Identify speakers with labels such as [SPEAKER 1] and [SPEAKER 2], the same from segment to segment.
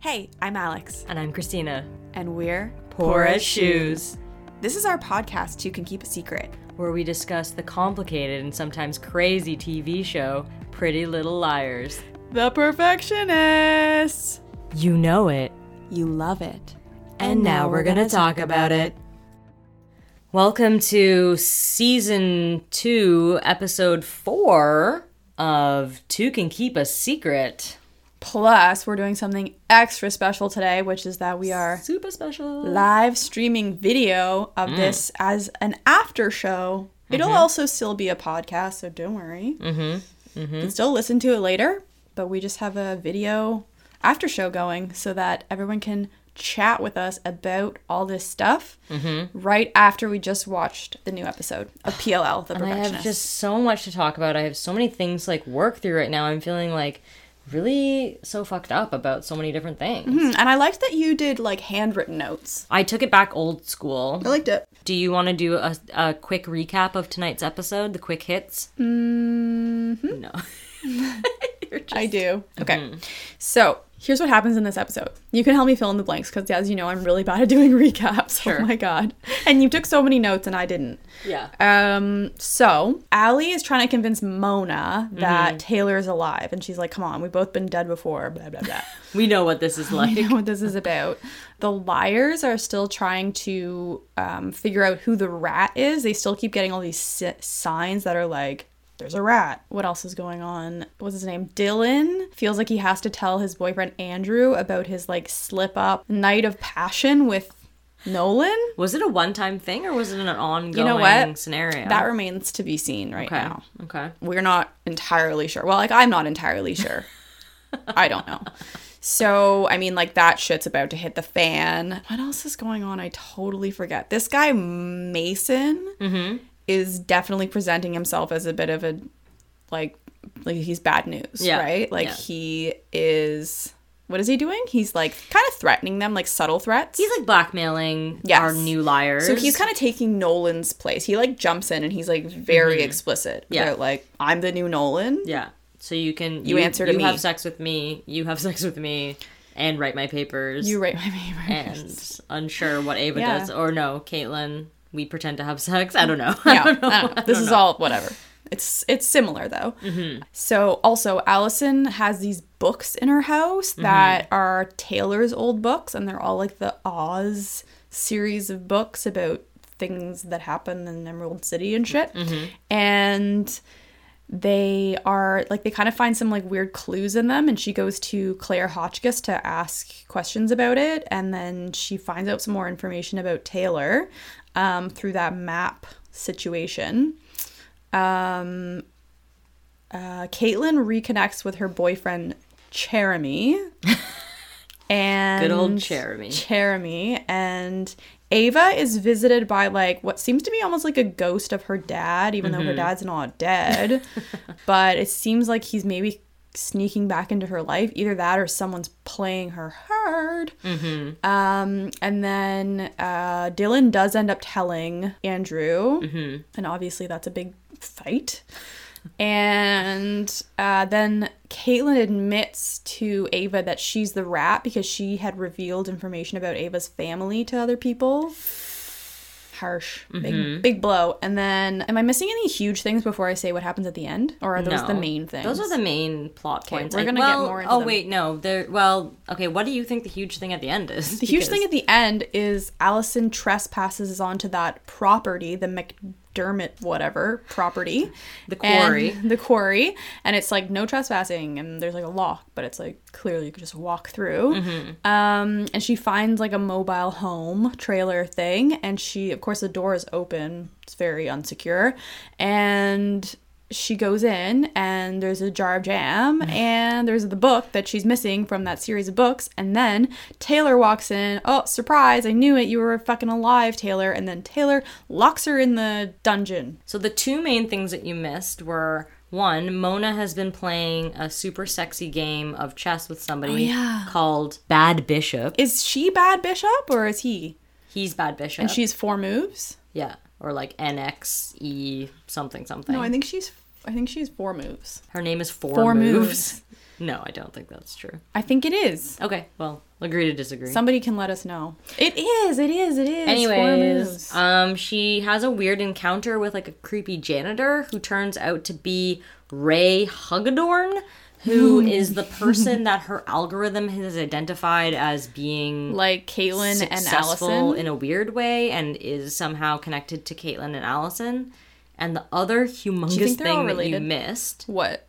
[SPEAKER 1] Hey, I'm Alex,
[SPEAKER 2] And I'm Christina.
[SPEAKER 1] and we're
[SPEAKER 2] Poor as Shoes,
[SPEAKER 1] This is our podcast, You Can Keep a Secret.
[SPEAKER 2] where we discuss the complicated and sometimes crazy TV show Pretty Little Liars.
[SPEAKER 1] The Perfectionists!
[SPEAKER 2] You know it.
[SPEAKER 1] You love it.
[SPEAKER 2] And now we're going to talk about it. Welcome to season two, episode four of Two Can Keep a Secret.
[SPEAKER 1] Plus, we're doing something extra special today, which is that we are
[SPEAKER 2] Super special.
[SPEAKER 1] live streaming video
[SPEAKER 2] Mm.
[SPEAKER 1] of this as an after show. It'll
[SPEAKER 2] Mm-hmm.
[SPEAKER 1] also still be a podcast, so don't worry. Mm-hmm. You can still listen to it later, but we just have a video after show going so that everyone can chat with us about all this stuff
[SPEAKER 2] Mm-hmm.
[SPEAKER 1] right after we just watched the new episode of PLL, The
[SPEAKER 2] I
[SPEAKER 1] Perfectionist.
[SPEAKER 2] have just so much to talk about. I have so many things to, like work through right now. I'm feeling like really so fucked up about so many different things.
[SPEAKER 1] Hmm, and I liked that you did like handwritten notes.
[SPEAKER 2] I took it back old school.
[SPEAKER 1] I liked it.
[SPEAKER 2] Do you want to do a, a quick recap of tonight's episode, the quick hits? Mm-hmm. No. You're just-
[SPEAKER 1] I do. Okay. So here's what happens in this episode. You can help me fill in the blanks because, as you know, I'm really bad at doing recaps. Oh my God. And you took so many notes and I didn't.
[SPEAKER 2] yeah.
[SPEAKER 1] Um, so Allie is trying to convince Mona that Taylor is alive. And she's like, come on, we've both been dead before, blah, blah, blah.
[SPEAKER 2] We know what this is like.
[SPEAKER 1] you know what this is about. The liars are still trying to um, figure out who the rat is. They still keep getting all these si- signs that are like, there's a rat. What else is going on? What's his name? Dylan feels like he has to tell his boyfriend Andrew about his like slip up night of passion with Nolan.
[SPEAKER 2] Was it a one time thing or was it an ongoing
[SPEAKER 1] know what?
[SPEAKER 2] scenario?
[SPEAKER 1] That remains to be seen right
[SPEAKER 2] okay.
[SPEAKER 1] now.
[SPEAKER 2] Okay.
[SPEAKER 1] We're not entirely sure. Well, like, I'm not entirely sure. I don't know. So, I mean, like, that shit's about to hit the fan. What else is going on? I totally forget. This guy, Mason,
[SPEAKER 2] Mm-hmm.
[SPEAKER 1] is definitely presenting himself as a bit of a, like, like he's bad news,
[SPEAKER 2] Yeah,
[SPEAKER 1] right? Like,
[SPEAKER 2] yeah.
[SPEAKER 1] he is, what is he doing? He's, like, kind of threatening them, like, subtle threats.
[SPEAKER 2] He's like blackmailing
[SPEAKER 1] Yes.
[SPEAKER 2] our new liars.
[SPEAKER 1] So he's kind of taking Nolan's place. He like jumps in and he's like very explicit
[SPEAKER 2] Mm-hmm. Yeah.
[SPEAKER 1] about like I'm the new Nolan.
[SPEAKER 2] Yeah. So you can
[SPEAKER 1] You answer to
[SPEAKER 2] you
[SPEAKER 1] me.
[SPEAKER 2] have sex with me, you have sex with me, and write my papers.
[SPEAKER 1] You write my papers.
[SPEAKER 2] and unsure what Ava
[SPEAKER 1] Yeah.
[SPEAKER 2] does or no, Caitlin. We pretend to have sex. I don't know.
[SPEAKER 1] yeah,
[SPEAKER 2] I don't know. Mm-hmm.
[SPEAKER 1] I don't know. this is all whatever. It's it's similar though. So also Allison has these books in her house
[SPEAKER 2] Mm-hmm.
[SPEAKER 1] that are Taylor's old books, and they're all like the Oz series of books about things that happen in Emerald City and shit.
[SPEAKER 2] Mm-hmm.
[SPEAKER 1] And they are like they kind of find some like weird clues in them and she goes to claire hotchkiss to ask questions about it and then she finds out some more information about taylor um, through that map situation um, uh, caitlin reconnects with her boyfriend jeremy and
[SPEAKER 2] Good old Jeremy.
[SPEAKER 1] jeremy and ava is visited by like what seems to be almost like a ghost of her dad even
[SPEAKER 2] Mm-hmm.
[SPEAKER 1] though her dad's not dead but it seems like he's maybe sneaking back into her life either that or someone's playing her hard
[SPEAKER 2] Mm-hmm.
[SPEAKER 1] um and then uh dylan does end up telling andrew
[SPEAKER 2] Mm-hmm.
[SPEAKER 1] and obviously that's a big fight and uh, then Caitlyn admits to Ava that she's the rat because she had revealed information about Ava's family to other people. Harsh,
[SPEAKER 2] Mm-hmm.
[SPEAKER 1] big, big blow. And then, am I missing any huge things before I say what happens at the end, or are those the
[SPEAKER 2] No.
[SPEAKER 1] main things?
[SPEAKER 2] Those are the main plot points.
[SPEAKER 1] we're
[SPEAKER 2] I-
[SPEAKER 1] gonna get
[SPEAKER 2] well,
[SPEAKER 1] more into
[SPEAKER 2] Oh
[SPEAKER 1] them.
[SPEAKER 2] wait, no. There. Well, okay. What do you think the huge thing at the end is?
[SPEAKER 1] The huge thing at the end is Allison trespasses onto that property, the McDermott whatever property,
[SPEAKER 2] The
[SPEAKER 1] and-
[SPEAKER 2] quarry.
[SPEAKER 1] the quarry, and it's like no trespassing, and there's like a lock, but it's like clearly you could just walk through.
[SPEAKER 2] Mm-hmm.
[SPEAKER 1] Um, and she finds like a mobile home trailer thing, and she, of course, the door is open. It's very unsecure, and. She goes in and there's a jar of jam and there's the book that she's missing from that series of books and then Taylor walks in. Oh, surprise, I knew it. You were fucking alive, Taylor. And then Taylor locks her in the dungeon.
[SPEAKER 2] So the two main things that you missed were one, Mona has been playing a super sexy game of chess with somebody
[SPEAKER 1] Oh, yeah.
[SPEAKER 2] called Bad Bishop.
[SPEAKER 1] Is she bad bishop or is he?
[SPEAKER 2] He's Bad Bishop.
[SPEAKER 1] And she's four moves.
[SPEAKER 2] yeah, or like NXE something something.
[SPEAKER 1] No, I think she's. I think she's four moves.
[SPEAKER 2] Her name is Four,
[SPEAKER 1] Four
[SPEAKER 2] moves.
[SPEAKER 1] moves.
[SPEAKER 2] No, I don't think that's true.
[SPEAKER 1] I think it is.
[SPEAKER 2] Okay, well, agree to disagree.
[SPEAKER 1] Somebody can let us know. It is. It is. It is. Four
[SPEAKER 2] Anyways,
[SPEAKER 1] moves.
[SPEAKER 2] um, she has a weird encounter with like a creepy janitor who turns out to be Ray Hugadorn,
[SPEAKER 1] Hmm.
[SPEAKER 2] who is the person that her algorithm has identified as being
[SPEAKER 1] like Caitlin and
[SPEAKER 2] successful
[SPEAKER 1] Allison.
[SPEAKER 2] in a weird way and is somehow connected to Caitlin and Allison. And the other humongous
[SPEAKER 1] they're all
[SPEAKER 2] thing that you
[SPEAKER 1] related?
[SPEAKER 2] missed
[SPEAKER 1] what?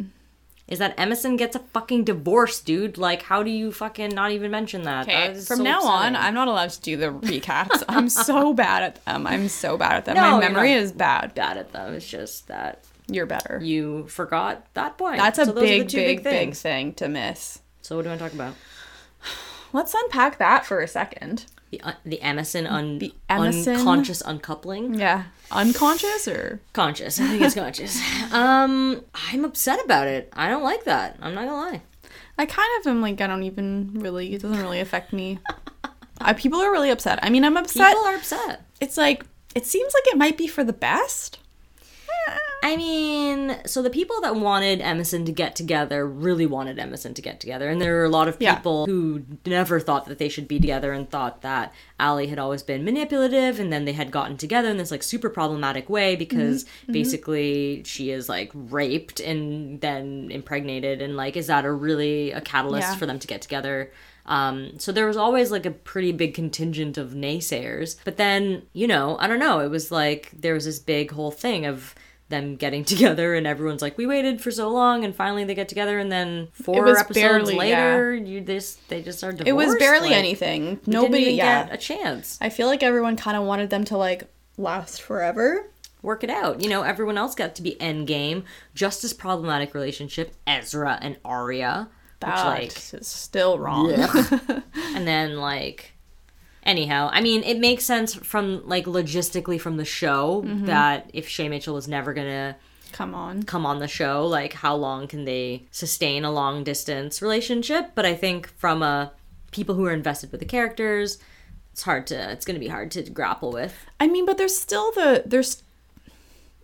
[SPEAKER 2] is that Emerson gets a fucking divorce, dude. Like, how do you fucking not even mention that?
[SPEAKER 1] Okay.
[SPEAKER 2] That is
[SPEAKER 1] Uh, From
[SPEAKER 2] so
[SPEAKER 1] now on,
[SPEAKER 2] upsetting.
[SPEAKER 1] I'm not allowed to do the recaps. I'm so bad at them. I'm so bad at them.
[SPEAKER 2] No,
[SPEAKER 1] My
[SPEAKER 2] you're
[SPEAKER 1] memory
[SPEAKER 2] not.
[SPEAKER 1] is bad.
[SPEAKER 2] bad at them. It's just that
[SPEAKER 1] You're better.
[SPEAKER 2] you forgot that point.
[SPEAKER 1] That's a
[SPEAKER 2] So those are the
[SPEAKER 1] big,
[SPEAKER 2] two
[SPEAKER 1] big, big
[SPEAKER 2] things.
[SPEAKER 1] thing to miss.
[SPEAKER 2] So what do I talk about?
[SPEAKER 1] Let's unpack that for a second.
[SPEAKER 2] The uh, the Emerson un
[SPEAKER 1] The Emerson-
[SPEAKER 2] unconscious uncoupling.
[SPEAKER 1] Yeah. Unconscious or
[SPEAKER 2] Conscious, I think it's conscious. Um, I'm upset about it. I don't like that. I'm not gonna lie.
[SPEAKER 1] I kind of am like I don't even really it doesn't really affect me. I, people are really upset. I mean, I'm upset.
[SPEAKER 2] People are upset.
[SPEAKER 1] It's like it seems like it might be for the best.
[SPEAKER 2] I mean, so the people that wanted Emerson to get together really wanted Emerson to get together. And there are a lot of
[SPEAKER 1] Yeah.
[SPEAKER 2] people who never thought that they should be together and thought that Allie had always been manipulative and then they had gotten together in this like super problematic way because basically she is like raped and then impregnated and like is that a really a catalyst
[SPEAKER 1] Yeah.
[SPEAKER 2] for them to get together? Um, so there was always like a pretty big contingent of naysayers. But then, you know, I don't know, it was like there was this big whole thing of them getting together and everyone's like, We waited for so long and finally they get together and then four
[SPEAKER 1] was
[SPEAKER 2] episodes
[SPEAKER 1] barely-
[SPEAKER 2] later you this they just are divorced.
[SPEAKER 1] It was barely
[SPEAKER 2] like,
[SPEAKER 1] anything.
[SPEAKER 2] we didn't
[SPEAKER 1] Nobody
[SPEAKER 2] even
[SPEAKER 1] yeah.
[SPEAKER 2] get a chance.
[SPEAKER 1] I feel like everyone kind of wanted them to like last forever.
[SPEAKER 2] Work it out. You know, everyone else got to be endgame, just as problematic relationship, Ezra and Arya.
[SPEAKER 1] That
[SPEAKER 2] which like
[SPEAKER 1] is still wrong.
[SPEAKER 2] and then like anyhow i mean it makes sense from like logistically from the show that if shay mitchell is never gonna
[SPEAKER 1] Come on.
[SPEAKER 2] come on the show like how long can they sustain a long distance relationship but i think from a people who are invested with the characters it's hard to it's gonna be hard to grapple with
[SPEAKER 1] I mean, but there's still the there's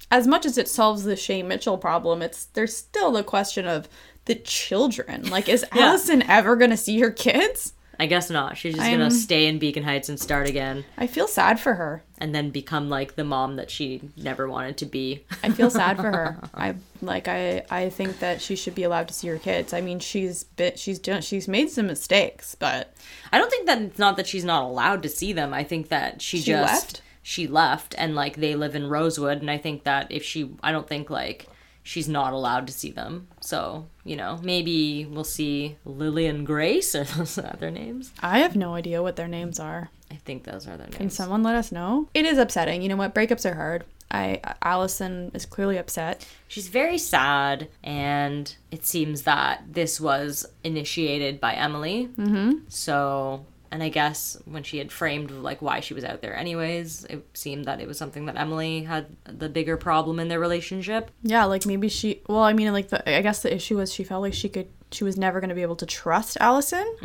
[SPEAKER 1] as much as it solves the Shay Mitchell problem, it's there's still the question of the children. Like, is
[SPEAKER 2] Yeah.
[SPEAKER 1] Allison ever gonna see her kids?
[SPEAKER 2] i guess not she's just
[SPEAKER 1] I'm-
[SPEAKER 2] gonna stay in beacon heights and start again
[SPEAKER 1] I feel sad for her.
[SPEAKER 2] and then become like the mom that she never wanted to be
[SPEAKER 1] I feel sad for her. I like I I think that she should be allowed to see her kids. I mean, she's been she's done she's made some mistakes, but
[SPEAKER 2] I don't think that it's not that she's not allowed to see them. I think that she,
[SPEAKER 1] She
[SPEAKER 2] just
[SPEAKER 1] left?
[SPEAKER 2] she left and like they live in Rosewood and I think that if she I don't think like she's not allowed to see them. So, you know, maybe we'll see Lily and Grace or those are their names.
[SPEAKER 1] I have no idea what their names are.
[SPEAKER 2] I think those are their
[SPEAKER 1] Can
[SPEAKER 2] names.
[SPEAKER 1] someone let us know? It is upsetting. You know what? Breakups are hard. I Allison is clearly upset.
[SPEAKER 2] She's very sad and it seems that this was initiated by Emily. Mm-hmm. So and I guess when she had framed like why she was out there anyways, it seemed that it was something that Emily had the bigger problem in their relationship.
[SPEAKER 1] Yeah, like maybe she. Well, I mean, like the. I guess the issue was she felt like she could. She was never going to be able to trust Allison.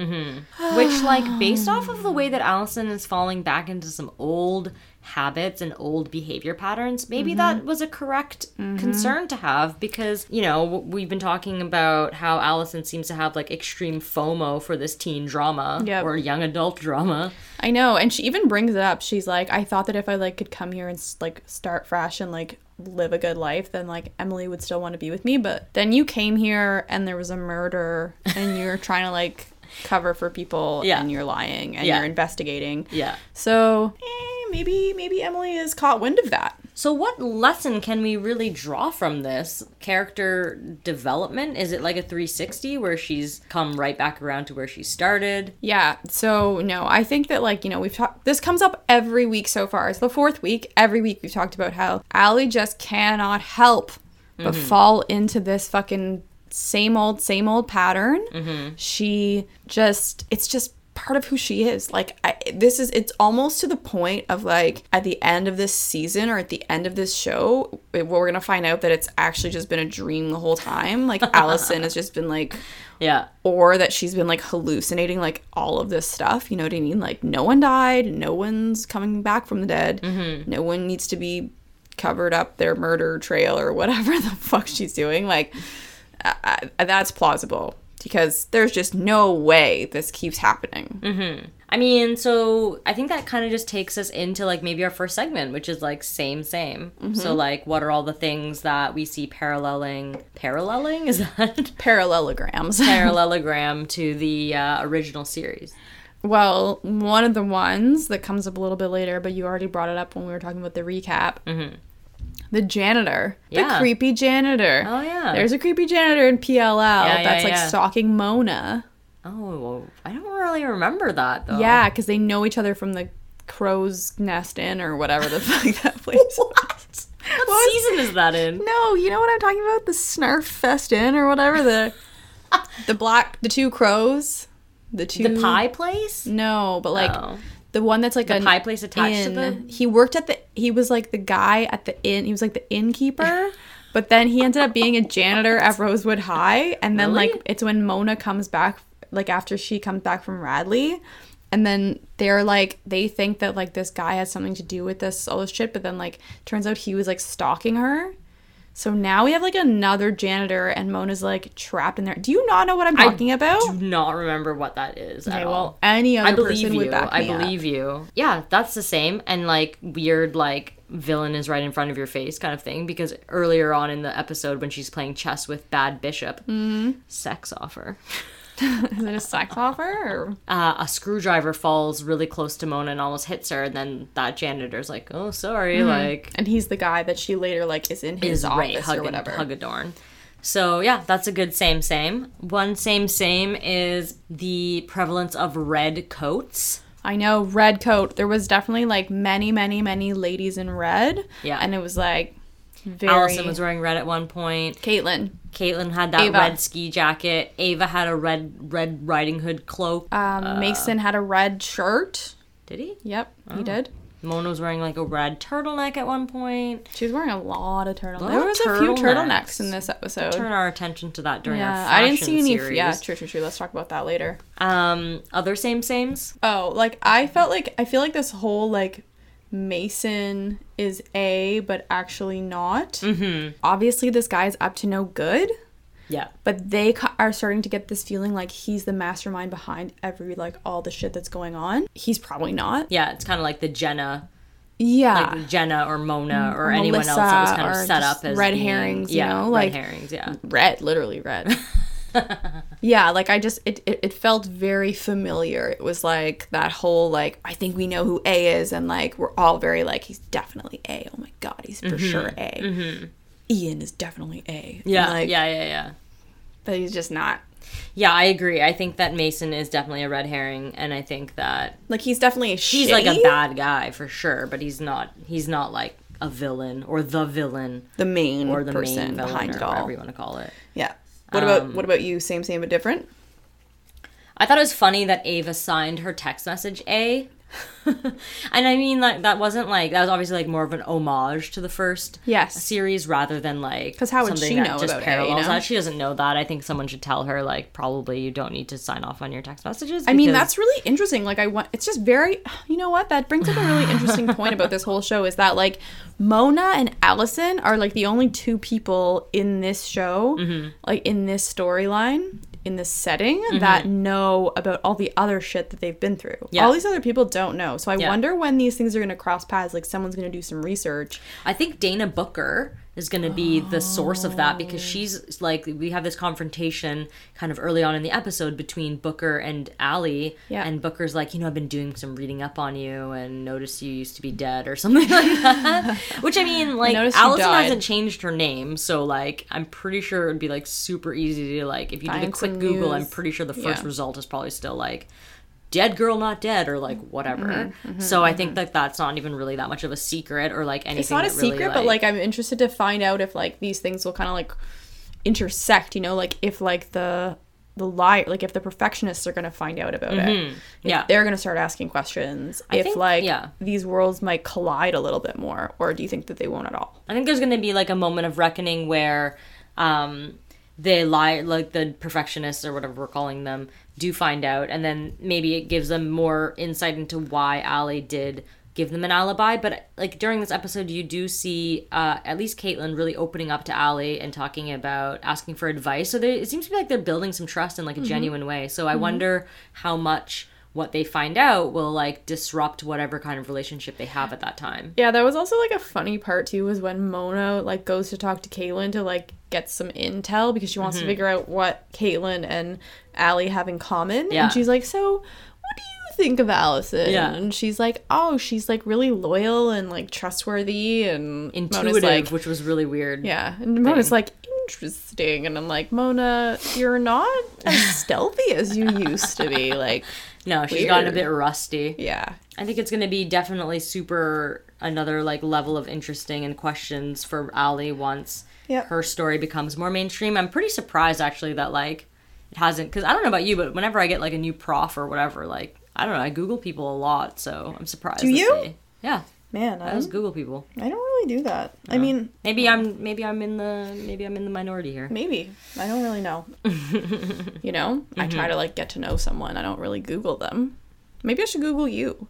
[SPEAKER 2] Which, like, based off of the way that Allison is falling back into some old habits and old behavior patterns, maybe that was a correct concern to have because, you know, w- we've been talking about how Allison seems to have, like, extreme FOMO for this teen drama
[SPEAKER 1] Yep.
[SPEAKER 2] or young adult drama.
[SPEAKER 1] I know, and she even brings it up. She's like, I thought that if I like could come here and s- like start fresh and like live a good life, then like Emily would still want to be with me. But then you came here and there was a murder, and you're trying to like cover for people,
[SPEAKER 2] Yeah.
[SPEAKER 1] and you're lying, and
[SPEAKER 2] Yeah.
[SPEAKER 1] you're investigating.
[SPEAKER 2] Yeah.
[SPEAKER 1] So eh, maybe maybe Emily has caught wind of that.
[SPEAKER 2] So, what lesson can we really draw from this character development? Is it like a 360 where she's come right back around to where she started?
[SPEAKER 1] Yeah. So no, I think that like you know we've talked. This comes up every week so far. It's the fourth week. Every week we've talked about how Allie just cannot help but fall into this fucking same old same old pattern. She just it's just part of who she is. Like I, this is it's almost to the point of like at the end of this season or at the end of this show, it- we're gonna find out that it's actually just been a dream the whole time. Like Allison has just been like
[SPEAKER 2] Yeah.
[SPEAKER 1] or that she's been like hallucinating like all of this stuff. You know what I mean? Like no one died, no one's coming back from the dead, no one needs to be covered up their murder trail or whatever the fuck she's doing. Like I, I, that's plausible because there's just no way this keeps happening.
[SPEAKER 2] I mean, so I think that kind of just takes us into like maybe our first segment, which is like same, same.
[SPEAKER 1] Mm-hmm.
[SPEAKER 2] So, like, what are all the things that we see paralleling? Paralleling? Is that
[SPEAKER 1] Parallelograms.
[SPEAKER 2] parallelogram to the uh, original series?
[SPEAKER 1] well, one of the ones that comes up a little bit later, but you already brought it up when we were talking about the recap. The janitor, the
[SPEAKER 2] Mm-hmm. Yeah.
[SPEAKER 1] creepy janitor.
[SPEAKER 2] Oh, yeah.
[SPEAKER 1] There's a creepy janitor in PLL
[SPEAKER 2] yeah,
[SPEAKER 1] that's like
[SPEAKER 2] yeah.
[SPEAKER 1] stalking Mona.
[SPEAKER 2] Oh, well, I don't really remember that though.
[SPEAKER 1] Yeah, because they know each other from the crow's nest inn or whatever the fuck that place. was.
[SPEAKER 2] What,
[SPEAKER 1] What?
[SPEAKER 2] season is that in?
[SPEAKER 1] No, you know what I'm talking about? The Snarf Fest Inn or whatever the the black the two crows, the two
[SPEAKER 2] The pie place?
[SPEAKER 1] No, but like
[SPEAKER 2] Oh.
[SPEAKER 1] the one that's like a
[SPEAKER 2] pie place attached to
[SPEAKER 1] inn.
[SPEAKER 2] the-
[SPEAKER 1] He worked at the. He was like the guy at the inn. He was like the innkeeper. But then he ended up being a janitor at Rosewood High, and then
[SPEAKER 2] Really?
[SPEAKER 1] like it's when Mona comes back, like after she comes back from Radley, and then they're like they think that like this guy has something to do with this all this shit, but then like turns out he was like stalking her. So now we have like another janitor, and Mona's like trapped in there. Do you not know what I'm talking about?
[SPEAKER 2] Do not remember what that is at
[SPEAKER 1] Okay,
[SPEAKER 2] all.
[SPEAKER 1] well, any other
[SPEAKER 2] I believe
[SPEAKER 1] person
[SPEAKER 2] you.
[SPEAKER 1] would back
[SPEAKER 2] I
[SPEAKER 1] me up.
[SPEAKER 2] believe you. Yeah, that's the same and like weird like villain is right in front of your face kind of thing because earlier on in the episode when she's playing chess with Bad Bishop,
[SPEAKER 1] Mm-hmm.
[SPEAKER 2] sex offer.
[SPEAKER 1] Is it a sex offer? Or?
[SPEAKER 2] Uh, a screwdriver falls really close to Mona and almost hits her, and then that janitor's like, "Oh, sorry," like
[SPEAKER 1] And he's the guy that she later like is in Mm-hmm. his
[SPEAKER 2] is right,
[SPEAKER 1] office
[SPEAKER 2] hug,
[SPEAKER 1] or whatever.
[SPEAKER 2] Hugadorn. So yeah, that's a good same same. One same same is the prevalence of red coats.
[SPEAKER 1] I know red coat. There was definitely like many, many, many ladies in red.
[SPEAKER 2] Yeah.
[SPEAKER 1] and it was like very.
[SPEAKER 2] Allison was wearing red at one point.
[SPEAKER 1] Caitlin.
[SPEAKER 2] Caitlin had that
[SPEAKER 1] Ava.
[SPEAKER 2] red ski jacket. Ava had a red Red Riding Hood cloak.
[SPEAKER 1] Um, Mason had a red shirt.
[SPEAKER 2] Did he?
[SPEAKER 1] Yep,
[SPEAKER 2] Oh.
[SPEAKER 1] he did.
[SPEAKER 2] Mona was wearing like a red turtleneck at one point.
[SPEAKER 1] She was wearing a lot of turtlenecks.
[SPEAKER 2] Lot
[SPEAKER 1] There
[SPEAKER 2] of
[SPEAKER 1] was a few
[SPEAKER 2] turtlenecks.
[SPEAKER 1] turtlenecks in this episode.
[SPEAKER 2] Turn our attention to that during our
[SPEAKER 1] yeah, I
[SPEAKER 2] fashion
[SPEAKER 1] didn't see any.
[SPEAKER 2] series.
[SPEAKER 1] Yeah, true, true, true. Let's talk about that later.
[SPEAKER 2] Um, other same sames.
[SPEAKER 1] Oh, like I felt like I feel like this whole like Mason is A, but actually not. Mm-hmm. Obviously, this guy's up to no good,
[SPEAKER 2] Yeah.
[SPEAKER 1] but they ca- are starting to get this feeling like he's the mastermind behind every like all the shit that's going on. He's probably not.
[SPEAKER 2] Yeah, it's kind of like the Jenna,
[SPEAKER 1] Yeah.
[SPEAKER 2] like Jenna or Mona or anyone else that was kind of
[SPEAKER 1] uh, Melissa or
[SPEAKER 2] set
[SPEAKER 1] just
[SPEAKER 2] up as
[SPEAKER 1] red
[SPEAKER 2] being-
[SPEAKER 1] herrings, you
[SPEAKER 2] Yeah,
[SPEAKER 1] know,
[SPEAKER 2] red
[SPEAKER 1] like-
[SPEAKER 2] herrings. Yeah.
[SPEAKER 1] red, literally red. yeah, like I just it, it it felt very familiar. It was like that whole like I think we know who A is, and like we're all very like he's definitely A. Oh my god, he's for
[SPEAKER 2] Mm-hmm.
[SPEAKER 1] sure A. Ian is definitely A. And,
[SPEAKER 2] Yeah.
[SPEAKER 1] like,
[SPEAKER 2] yeah. Yeah. Yeah.
[SPEAKER 1] but he's just not.
[SPEAKER 2] Yeah, I agree. I think that Mason is definitely a red herring, and I think that
[SPEAKER 1] Like he's definitely a
[SPEAKER 2] he's like a bad guy for sure, but he's not he's not like a villain or the villain
[SPEAKER 1] the main
[SPEAKER 2] or the
[SPEAKER 1] person
[SPEAKER 2] main villain
[SPEAKER 1] behind
[SPEAKER 2] or
[SPEAKER 1] it
[SPEAKER 2] whatever
[SPEAKER 1] all.
[SPEAKER 2] you Um, want to call it.
[SPEAKER 1] Yeah. What about what about you? Same, same, but different.
[SPEAKER 2] I thought it was funny that Ava signed her text message A. and I mean like that wasn't like that was obviously like more of an homage to the first
[SPEAKER 1] Yes.
[SPEAKER 2] series rather than like
[SPEAKER 1] 'Cause how would
[SPEAKER 2] something
[SPEAKER 1] she
[SPEAKER 2] that
[SPEAKER 1] know
[SPEAKER 2] just
[SPEAKER 1] about A, you
[SPEAKER 2] parallels
[SPEAKER 1] know?
[SPEAKER 2] that she doesn't know that I think someone should tell her like probably you don't need to sign off on your text messages
[SPEAKER 1] I mean,
[SPEAKER 2] because-
[SPEAKER 1] that's really interesting. Like, I want, it's just very, you know what? That brings up a really interesting point about this whole show is that, like, Mona and Allison are, like, the only two people in this show,
[SPEAKER 2] Mm-hmm.
[SPEAKER 1] like, in this storyline, in this setting, that know about all the other shit that they've been through.
[SPEAKER 2] Yeah.
[SPEAKER 1] All these other people don't know. So I
[SPEAKER 2] Yeah.
[SPEAKER 1] wonder when these things are going to cross paths. Like, someone's going to do some research.
[SPEAKER 2] I think Dana Booker is going to be the source of that because she's like we have this confrontation kind of early on in the episode between Booker and Allie
[SPEAKER 1] Yeah.
[SPEAKER 2] and Booker's like you know I've been doing some reading up on you and noticed you used to be dead or something like that which I mean like
[SPEAKER 1] noticed you
[SPEAKER 2] Allison
[SPEAKER 1] died.
[SPEAKER 2] hasn't changed her name so like I'm pretty sure it would be like super easy to like if you did a
[SPEAKER 1] Find
[SPEAKER 2] quick
[SPEAKER 1] some
[SPEAKER 2] Google I'm
[SPEAKER 1] news.
[SPEAKER 2] pretty sure the first
[SPEAKER 1] Yeah.
[SPEAKER 2] result is probably still like dead girl not dead or like whatever
[SPEAKER 1] Mm-hmm,
[SPEAKER 2] so i think that that's not even really that much of a secret or like anything
[SPEAKER 1] It's not a
[SPEAKER 2] that really,
[SPEAKER 1] secret, but, like, I'm interested to find out if, like, these things will kind of, like, intersect, you know, like, if, like, the, the liar, like, if the perfectionists are going to find out about it.
[SPEAKER 2] Mm-hmm. yeah
[SPEAKER 1] they're going to start asking questions if
[SPEAKER 2] think-
[SPEAKER 1] like
[SPEAKER 2] yeah.
[SPEAKER 1] these worlds might collide a little bit more or do you think that they won't at all
[SPEAKER 2] i think there's going to be like a moment of reckoning where um they lie like the perfectionists or whatever we're calling them do find out and then maybe it gives them more insight into why ali did give them an alibi. But like during this episode, you do see uh, at least Caitlin really opening up to Allie and talking about asking for advice. So they, it seems to be like they're building some trust in like a genuine way. So I wonder how much what they find out will like disrupt whatever kind of relationship they have at that time.
[SPEAKER 1] Yeah, that was also like a funny part too was when Mona like goes to talk to Caitlyn to like get some intel because she wants
[SPEAKER 2] Mm-hmm.
[SPEAKER 1] to figure out what Caitlyn and Allie have in common.
[SPEAKER 2] Yeah.
[SPEAKER 1] And she's like, So what do you think of Allison?
[SPEAKER 2] Yeah.
[SPEAKER 1] And she's like, Oh, she's like really loyal and like trustworthy and
[SPEAKER 2] Intuitive,
[SPEAKER 1] Mona's like
[SPEAKER 2] which was really weird.
[SPEAKER 1] Yeah. And Mona's like interesting and I'm like, Mona, you're not as stealthy as you used to be. Like
[SPEAKER 2] No, she's gotten a
[SPEAKER 1] Weird.
[SPEAKER 2] bit rusty.
[SPEAKER 1] yeah.
[SPEAKER 2] I think it's going to be definitely super another like level of interesting and questions for Ali once
[SPEAKER 1] Yep.
[SPEAKER 2] her story becomes more mainstream. I'm pretty surprised actually that like it hasn't because I don't know about you, but whenever I get like a new prof or whatever, like I don't know, I Google people a lot, so I'm surprised.
[SPEAKER 1] Do
[SPEAKER 2] that
[SPEAKER 1] you? Hmm.
[SPEAKER 2] they- yeah,
[SPEAKER 1] Man, I,
[SPEAKER 2] I just Google people.
[SPEAKER 1] I don't really do that. I mean,
[SPEAKER 2] Maybe I'm maybe I'm in the maybe I'm in the minority here.
[SPEAKER 1] Maybe. I don't really know. you know, I try
[SPEAKER 2] Mm-hmm.
[SPEAKER 1] to like get to know someone. I don't really Google them. Maybe I should Google you.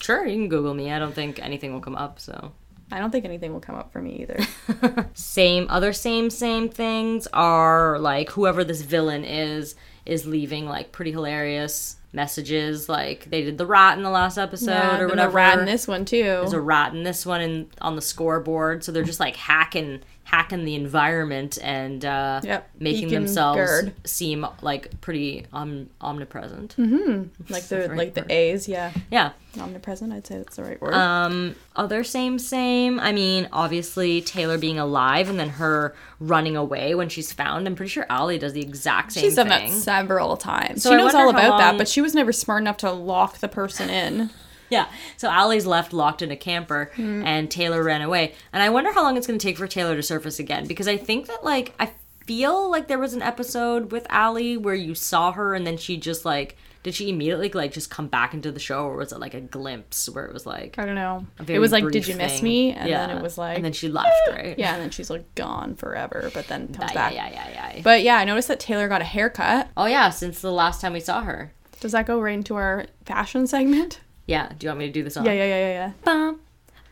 [SPEAKER 2] Sure, you can Google me. I don't think anything will come up. So
[SPEAKER 1] I don't think anything will come up for me either.
[SPEAKER 2] same other same same things are like whoever this villain is is leaving like pretty hilarious messages like they did the rat in the last episode
[SPEAKER 1] and
[SPEAKER 2] or
[SPEAKER 1] a
[SPEAKER 2] whatever
[SPEAKER 1] rat in this one too.
[SPEAKER 2] there's a rat in this one and on the scoreboard so they're just like hacking hacking the environment and uh
[SPEAKER 1] Yep.
[SPEAKER 2] making
[SPEAKER 1] Eek and
[SPEAKER 2] themselves
[SPEAKER 1] Gerd.
[SPEAKER 2] seem like pretty om- omnipresent
[SPEAKER 1] Mm-hmm. like the
[SPEAKER 2] right
[SPEAKER 1] like
[SPEAKER 2] word.
[SPEAKER 1] the A's, yeah.
[SPEAKER 2] yeah
[SPEAKER 1] Omnipresent, I'd say that's the right word.
[SPEAKER 2] Um, other same same. I mean, obviously Taylor being alive and then her running away when she's found. I'm pretty sure Allie does the exact same
[SPEAKER 1] She's done
[SPEAKER 2] thing.
[SPEAKER 1] that several times.
[SPEAKER 2] So
[SPEAKER 1] she
[SPEAKER 2] I
[SPEAKER 1] knows
[SPEAKER 2] wonder
[SPEAKER 1] all
[SPEAKER 2] how
[SPEAKER 1] about
[SPEAKER 2] long-
[SPEAKER 1] that, but she was never smart enough to lock the person in.
[SPEAKER 2] Yeah. So Allie's left locked in a camper
[SPEAKER 1] Mm-hmm.
[SPEAKER 2] and Taylor ran away. And I wonder how long it's going to take for Taylor to surface again because I think that like I feel like there was an episode with Allie where you saw her and then she just like did she immediately like just come back into the show or was it like a glimpse where it was like
[SPEAKER 1] I don't know.
[SPEAKER 2] a very
[SPEAKER 1] It was like,
[SPEAKER 2] brief
[SPEAKER 1] did you miss
[SPEAKER 2] thing?
[SPEAKER 1] me? And then
[SPEAKER 2] Yeah.
[SPEAKER 1] it was like,
[SPEAKER 2] and then she left, right?
[SPEAKER 1] yeah, and then she's like gone forever, but then comes
[SPEAKER 2] Yeah,
[SPEAKER 1] back.
[SPEAKER 2] yeah, yeah, yeah, yeah.
[SPEAKER 1] But yeah, I noticed that Taylor got a haircut.
[SPEAKER 2] Oh yeah, since the last time we saw her.
[SPEAKER 1] Does that go right into our fashion segment?
[SPEAKER 2] Yeah. Do you want me to do the song?
[SPEAKER 1] Yeah, yeah, yeah, yeah, yeah.
[SPEAKER 2] Bum,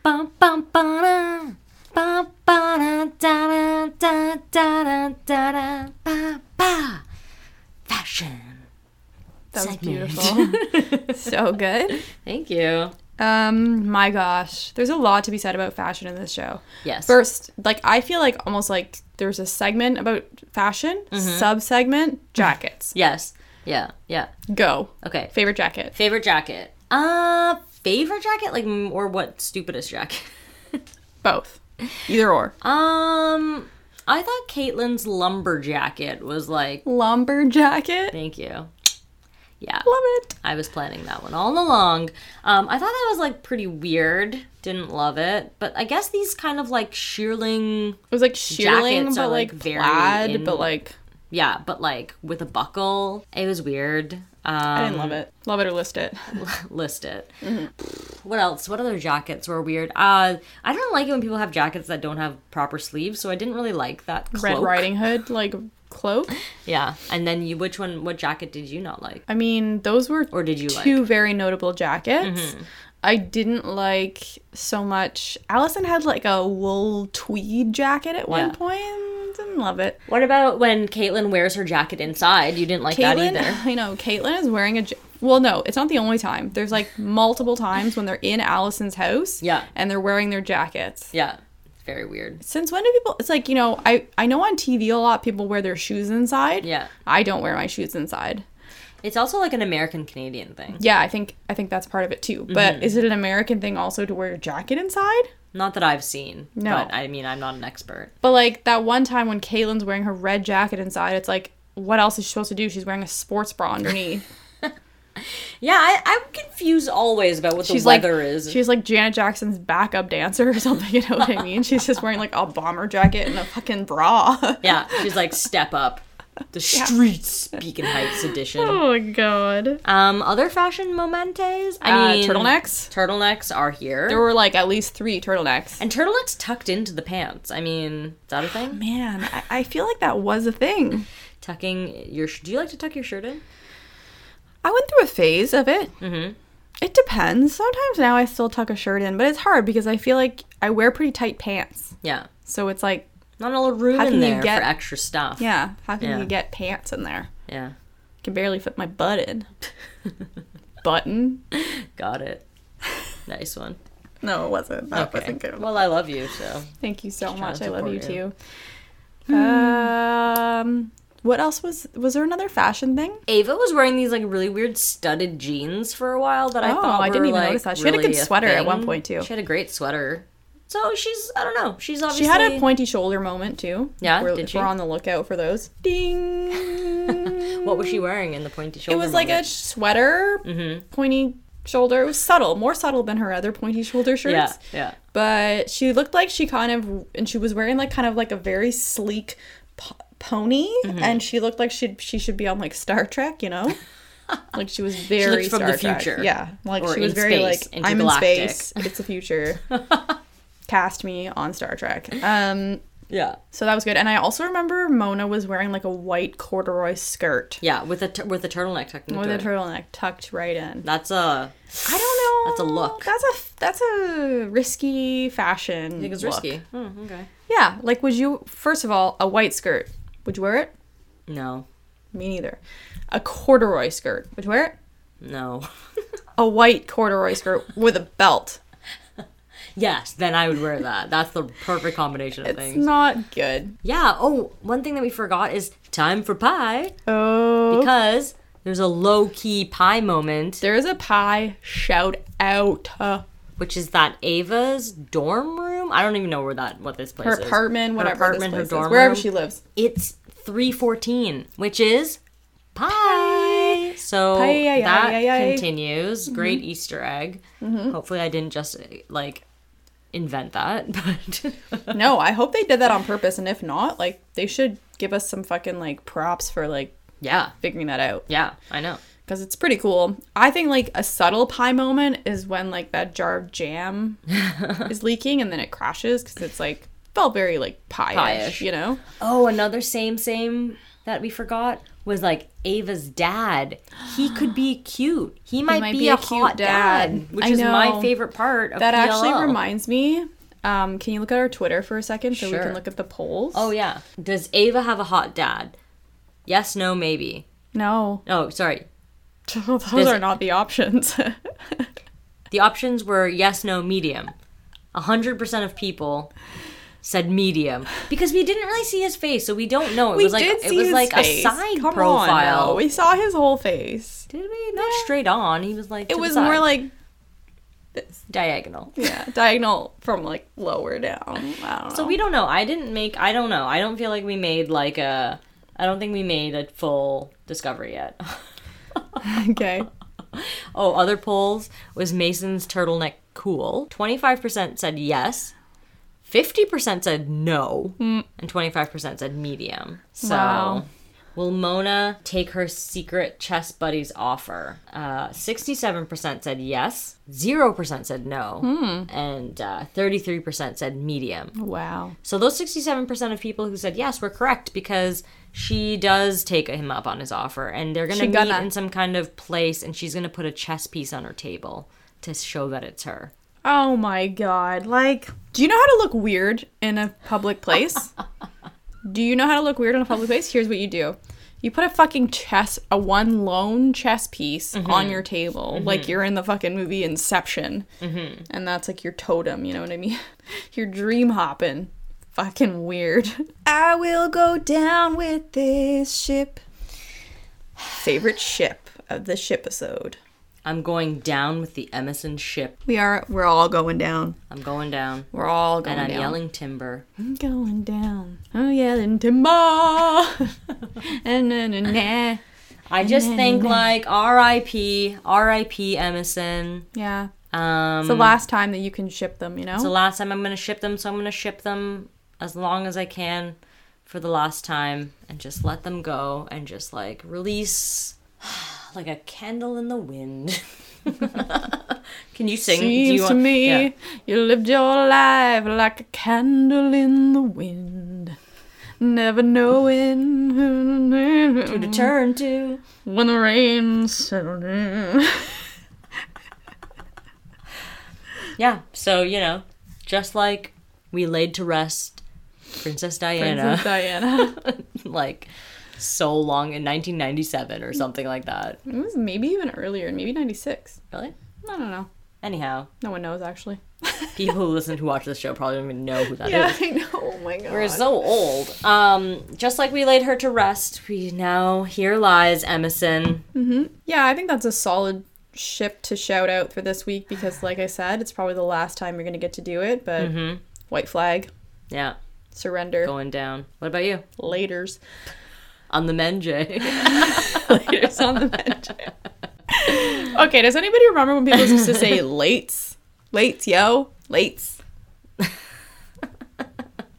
[SPEAKER 2] bum, bum, ba-da. Bum, ba-da, da-da, da, da-da, da-da, ba, ba. Fashion.
[SPEAKER 1] That was
[SPEAKER 2] Segment.
[SPEAKER 1] beautiful. so good.
[SPEAKER 2] Thank you.
[SPEAKER 1] Um, my gosh, there's a lot to be said about fashion in this show.
[SPEAKER 2] Yes.
[SPEAKER 1] First, like I feel like almost like there's a segment about fashion,
[SPEAKER 2] Mm-hmm.
[SPEAKER 1] sub segment jackets.
[SPEAKER 2] Yes. Yeah. Yeah.
[SPEAKER 1] Go.
[SPEAKER 2] Okay.
[SPEAKER 1] Favorite jacket.
[SPEAKER 2] Favorite jacket. Uh, favorite jacket, like, mm, or what? Stupidest jacket.
[SPEAKER 1] Both. Either or.
[SPEAKER 2] um, I thought Caitlyn's lumber jacket was like.
[SPEAKER 1] Lumber jacket.
[SPEAKER 2] Thank you. Yeah.
[SPEAKER 1] Love it.
[SPEAKER 2] I was planning that one all along. Um, I thought that was like pretty weird. Didn't love it, but I guess these kind of like shearling,
[SPEAKER 1] It was like shearling,
[SPEAKER 2] Jackets are,
[SPEAKER 1] but like,
[SPEAKER 2] like, very
[SPEAKER 1] plaid,
[SPEAKER 2] in-
[SPEAKER 1] but like
[SPEAKER 2] yeah, but like with a buckle. It was weird. Um,
[SPEAKER 1] I didn't love it. Love it or list it.
[SPEAKER 2] list it. What else? What other jackets were weird? Uh, I don't like it when people have jackets that don't have proper sleeves, so I didn't really like that cloak.
[SPEAKER 1] Red Riding Hood like cloak.
[SPEAKER 2] Yeah, and then you, which one? What jacket did you not like?
[SPEAKER 1] I mean, those were
[SPEAKER 2] Or did you
[SPEAKER 1] two
[SPEAKER 2] like? Mm-hmm.
[SPEAKER 1] very notable jackets. I didn't like so much. Allison had like a wool tweed jacket at one
[SPEAKER 2] Yeah.
[SPEAKER 1] point. Didn't love it.
[SPEAKER 2] What about when Caitlyn wears her jacket inside? You didn't like that
[SPEAKER 1] Caitlyn,
[SPEAKER 2] either.
[SPEAKER 1] I know Caitlyn is wearing a. ja- Well, no, it's not the only time. There's like multiple times when they're in Allison's house.
[SPEAKER 2] Yeah.
[SPEAKER 1] and they're wearing their jackets.
[SPEAKER 2] Yeah, very weird.
[SPEAKER 1] Since when do people? It's like you know, I I know on TV a lot people wear their shoes inside.
[SPEAKER 2] Yeah.
[SPEAKER 1] I don't wear my shoes inside.
[SPEAKER 2] It's also like an American Canadian thing.
[SPEAKER 1] Yeah, I think I think that's part of it too. But
[SPEAKER 2] Mm-hmm.
[SPEAKER 1] is it an American thing also to wear your jacket inside?
[SPEAKER 2] Not that I've seen.
[SPEAKER 1] No.
[SPEAKER 2] But I mean, I'm not an expert.
[SPEAKER 1] But like that one time when Caitlyn's wearing her red jacket inside, it's like, what else is she supposed to do? She's wearing a sports bra underneath.
[SPEAKER 2] Yeah, I, I'm confused always about what
[SPEAKER 1] She's
[SPEAKER 2] the weather
[SPEAKER 1] like,
[SPEAKER 2] is.
[SPEAKER 1] she's like Janet Jackson's backup dancer or something. You know what I mean? She's just wearing like a bomber jacket and a fucking bra.
[SPEAKER 2] yeah, she's like, step up. The streets, Beacon Heights edition.
[SPEAKER 1] Oh my god.
[SPEAKER 2] Um, other fashion momentes?
[SPEAKER 1] Uh,
[SPEAKER 2] I mean,
[SPEAKER 1] turtlenecks.
[SPEAKER 2] Turtlenecks are here.
[SPEAKER 1] There were like at least three turtlenecks.
[SPEAKER 2] and turtlenecks tucked into the pants. I mean, is that a thing?
[SPEAKER 1] Man, I, I feel like that was a thing.
[SPEAKER 2] Tucking your. sh- Do you like to tuck your shirt in?
[SPEAKER 1] I went through a phase of it. It depends. Sometimes now I still tuck a shirt in, but it's hard because I feel like I wear pretty tight pants.
[SPEAKER 2] Yeah.
[SPEAKER 1] So it's like,
[SPEAKER 2] Not a lot of room
[SPEAKER 1] How
[SPEAKER 2] in
[SPEAKER 1] can you
[SPEAKER 2] there
[SPEAKER 1] get-
[SPEAKER 2] for extra stuff.
[SPEAKER 1] yeah, how can
[SPEAKER 2] Yeah.
[SPEAKER 1] you get pants in there?
[SPEAKER 2] Yeah.
[SPEAKER 1] Can barely fit my butt in. Button?
[SPEAKER 2] Got it. Nice one.
[SPEAKER 1] No, it wasn't. That
[SPEAKER 2] Okay.
[SPEAKER 1] wasn't good.
[SPEAKER 2] Well, I love you, so.
[SPEAKER 1] Thank you so
[SPEAKER 2] Just trying
[SPEAKER 1] much.
[SPEAKER 2] to
[SPEAKER 1] I love you
[SPEAKER 2] support you. Hmm.
[SPEAKER 1] too. Um, what else was was there another fashion thing?
[SPEAKER 2] Ava was wearing these like really weird studded jeans for a while that I
[SPEAKER 1] Oh,
[SPEAKER 2] thought
[SPEAKER 1] I didn't
[SPEAKER 2] were,
[SPEAKER 1] even
[SPEAKER 2] like,
[SPEAKER 1] notice that. She had a good
[SPEAKER 2] really
[SPEAKER 1] sweater at
[SPEAKER 2] thing.
[SPEAKER 1] one point, too.
[SPEAKER 2] She had a great sweater. So she's I don't know. She's obviously
[SPEAKER 1] She had a pointy shoulder moment too.
[SPEAKER 2] Yeah,
[SPEAKER 1] If we're,
[SPEAKER 2] did
[SPEAKER 1] if
[SPEAKER 2] she?
[SPEAKER 1] we're on the lookout for those. Ding.
[SPEAKER 2] What was she wearing in the pointy
[SPEAKER 1] it
[SPEAKER 2] shoulder?
[SPEAKER 1] was like a sweater,
[SPEAKER 2] Mm-hmm.
[SPEAKER 1] pointy shoulder. It was subtle, more subtle than her other pointy shoulder shirts.
[SPEAKER 2] yeah, yeah.
[SPEAKER 1] But she looked like she kind of, and she was wearing like kind of like a very sleek po- pony,
[SPEAKER 2] Mm-hmm.
[SPEAKER 1] and she looked like she she should be on like Star Trek, you know. Like she was very
[SPEAKER 2] from
[SPEAKER 1] Star
[SPEAKER 2] the
[SPEAKER 1] Trek.
[SPEAKER 2] future.
[SPEAKER 1] yeah. Like
[SPEAKER 2] Or
[SPEAKER 1] she was
[SPEAKER 2] in
[SPEAKER 1] very
[SPEAKER 2] space,
[SPEAKER 1] like I'm in
[SPEAKER 2] intergalactic."
[SPEAKER 1] space. It's the future. Cast me on Star Trek. Um,
[SPEAKER 2] Yeah.
[SPEAKER 1] so that was good. And I also remember Mona was wearing like a white corduroy skirt
[SPEAKER 2] Yeah, with a t- with a turtleneck tucked into
[SPEAKER 1] with a
[SPEAKER 2] it.
[SPEAKER 1] turtleneck tucked right in.
[SPEAKER 2] That's uh, a
[SPEAKER 1] I don't know.
[SPEAKER 2] That's a look.
[SPEAKER 1] That's a that's a risky fashion.
[SPEAKER 2] I think it's
[SPEAKER 1] look.
[SPEAKER 2] risky. Hmm, okay.
[SPEAKER 1] Yeah, like would you first of all a white skirt? Would you wear it?
[SPEAKER 2] No.
[SPEAKER 1] Me neither. A corduroy skirt. Would you wear it?
[SPEAKER 2] No.
[SPEAKER 1] A white corduroy skirt with a belt.
[SPEAKER 2] yes, then I would wear that. That's the perfect combination of
[SPEAKER 1] It's
[SPEAKER 2] things.
[SPEAKER 1] not good.
[SPEAKER 2] yeah. Oh, one thing that we forgot is time for pie
[SPEAKER 1] Oh,
[SPEAKER 2] because there's a low key pie moment,
[SPEAKER 1] there is a pie. Shout out. Uh,
[SPEAKER 2] which is that Ava's dorm room. I don't even know where that what this place
[SPEAKER 1] her
[SPEAKER 2] is.
[SPEAKER 1] apartment, whatever this
[SPEAKER 2] apartment, her
[SPEAKER 1] place is,
[SPEAKER 2] dorm
[SPEAKER 1] wherever
[SPEAKER 2] room.
[SPEAKER 1] she lives.
[SPEAKER 2] It's three fourteen, which is pie. So
[SPEAKER 1] Pie, aye,
[SPEAKER 2] that
[SPEAKER 1] aye, aye, aye.
[SPEAKER 2] continues.
[SPEAKER 1] Mm-hmm.
[SPEAKER 2] Great Easter egg. Hopefully, I didn't just like invent that, but.
[SPEAKER 1] No, I hope they did that on purpose. And if not, like they should give us some fucking like props for like
[SPEAKER 2] Yeah.
[SPEAKER 1] figuring that out.
[SPEAKER 2] Yeah, I know.
[SPEAKER 1] because it's pretty cool. I think like a subtle pie moment is when like that jar of jam is leaking and then it crashes because it's like felt very like pie-ish,
[SPEAKER 2] Pie-ish.
[SPEAKER 1] you know.
[SPEAKER 2] Oh, another same same that we forgot was like Ava's dad. He could be cute. He might,
[SPEAKER 1] might
[SPEAKER 2] be,
[SPEAKER 1] be
[SPEAKER 2] a,
[SPEAKER 1] a cute
[SPEAKER 2] hot dad,
[SPEAKER 1] dad.
[SPEAKER 2] which
[SPEAKER 1] I
[SPEAKER 2] is my
[SPEAKER 1] know.
[SPEAKER 2] favorite part of
[SPEAKER 1] That
[SPEAKER 2] PLL.
[SPEAKER 1] actually reminds me. Um, can you look at our Twitter for a second so we
[SPEAKER 2] Sure.
[SPEAKER 1] can look at the polls?
[SPEAKER 2] Oh yeah. Does Ava have a hot dad? Yes, no, maybe.
[SPEAKER 1] no,
[SPEAKER 2] Oh, sorry.
[SPEAKER 1] those
[SPEAKER 2] Does-
[SPEAKER 1] are not the options.
[SPEAKER 2] The options were yes, no, medium. A hundred percent of people said medium because we didn't really see his face, so we don't know. It
[SPEAKER 1] we
[SPEAKER 2] was like
[SPEAKER 1] did see
[SPEAKER 2] it was
[SPEAKER 1] his
[SPEAKER 2] like
[SPEAKER 1] face.
[SPEAKER 2] a side
[SPEAKER 1] Come
[SPEAKER 2] profile.
[SPEAKER 1] On, though. we saw his whole face.
[SPEAKER 2] Did we? Not straight on. He was like to
[SPEAKER 1] It
[SPEAKER 2] the
[SPEAKER 1] was more
[SPEAKER 2] side.
[SPEAKER 1] like
[SPEAKER 2] diagonal.
[SPEAKER 1] yeah, diagonal from like lower down. I don't know.
[SPEAKER 2] So we don't know. I didn't make. I don't know. I don't feel like we made like a. I don't think we made a full discovery yet.
[SPEAKER 1] okay.
[SPEAKER 2] oh, other polls was Mason's turtleneck cool. Twenty five percent said yes. Fifty percent said no, and twenty five percent said medium. So,
[SPEAKER 1] Wow.
[SPEAKER 2] will Mona take her secret chess buddy's offer? Sixty seven percent said yes, zero percent said no, and thirty three percent said medium.
[SPEAKER 1] Wow.
[SPEAKER 2] So those 67% of people who said yes were correct because she does take him up on his offer and they're going to
[SPEAKER 1] She
[SPEAKER 2] meet
[SPEAKER 1] gonna.
[SPEAKER 2] in some kind of place and she's going to put a chess piece on her table to show that it's her.
[SPEAKER 1] Oh my god. Like, do you know how to look weird in a public place? do you know how to look weird in a public place? Here's what you do. You put a fucking chess, a one lone chess piece on your table, like you're in the fucking movie Inception. Mm-hmm. And that's like your totem, you know what I mean? you're dream hopping. Fucking weird. I will go down with this ship. Favorite ship of the ship episode.
[SPEAKER 2] I'm going down with the Emerson ship.
[SPEAKER 1] We are, we're all going down.
[SPEAKER 2] I'm going down.
[SPEAKER 1] We're all going
[SPEAKER 2] And I'm
[SPEAKER 1] down.
[SPEAKER 2] yelling timber.
[SPEAKER 1] I'm going down. I'm yelling timber. and na, na, na.
[SPEAKER 2] I just think like R.I.P. R.I.P. Emerson.
[SPEAKER 1] Yeah.
[SPEAKER 2] Um,
[SPEAKER 1] It's the last time that you can ship them, you know?
[SPEAKER 2] the last time I'm going to ship them, so I'm going to ship them as long as I can for the last time and just let them go and just like release like a candle in the wind. Can you sing? Do you
[SPEAKER 1] Seems to
[SPEAKER 2] want-
[SPEAKER 1] me Mm-hmm.
[SPEAKER 2] Yeah.
[SPEAKER 1] you lived your life like a candle in the wind. Never knowing
[SPEAKER 2] To turn to.
[SPEAKER 1] when the rain settled in.
[SPEAKER 2] Yeah. So, you know, just like we laid to rest Princess Diana,
[SPEAKER 1] Princess Diana.
[SPEAKER 2] like so long in 1997 or something like that.
[SPEAKER 1] It was maybe even earlier, maybe 96.
[SPEAKER 2] Really?
[SPEAKER 1] I don't know.
[SPEAKER 2] Anyhow,
[SPEAKER 1] No one knows, actually.
[SPEAKER 2] people who listen who watch this show probably don't even know who that is.
[SPEAKER 1] Yeah, I know. Oh my god.
[SPEAKER 2] We're so old. Um, just like we laid her to rest, we now here lies Emerson.
[SPEAKER 1] Yeah, I think that's a solid ship to shout out for this week because, like I said, it's probably the last time you're going to get to do it,
[SPEAKER 2] Mm-hmm.
[SPEAKER 1] but white flag,
[SPEAKER 2] Yeah,
[SPEAKER 1] surrender,
[SPEAKER 2] going down. What about you?
[SPEAKER 1] laters.
[SPEAKER 2] On the men, Jay.
[SPEAKER 1] Laters on the bench. okay, does anybody remember when people used to say lates? Lates, yo, lates.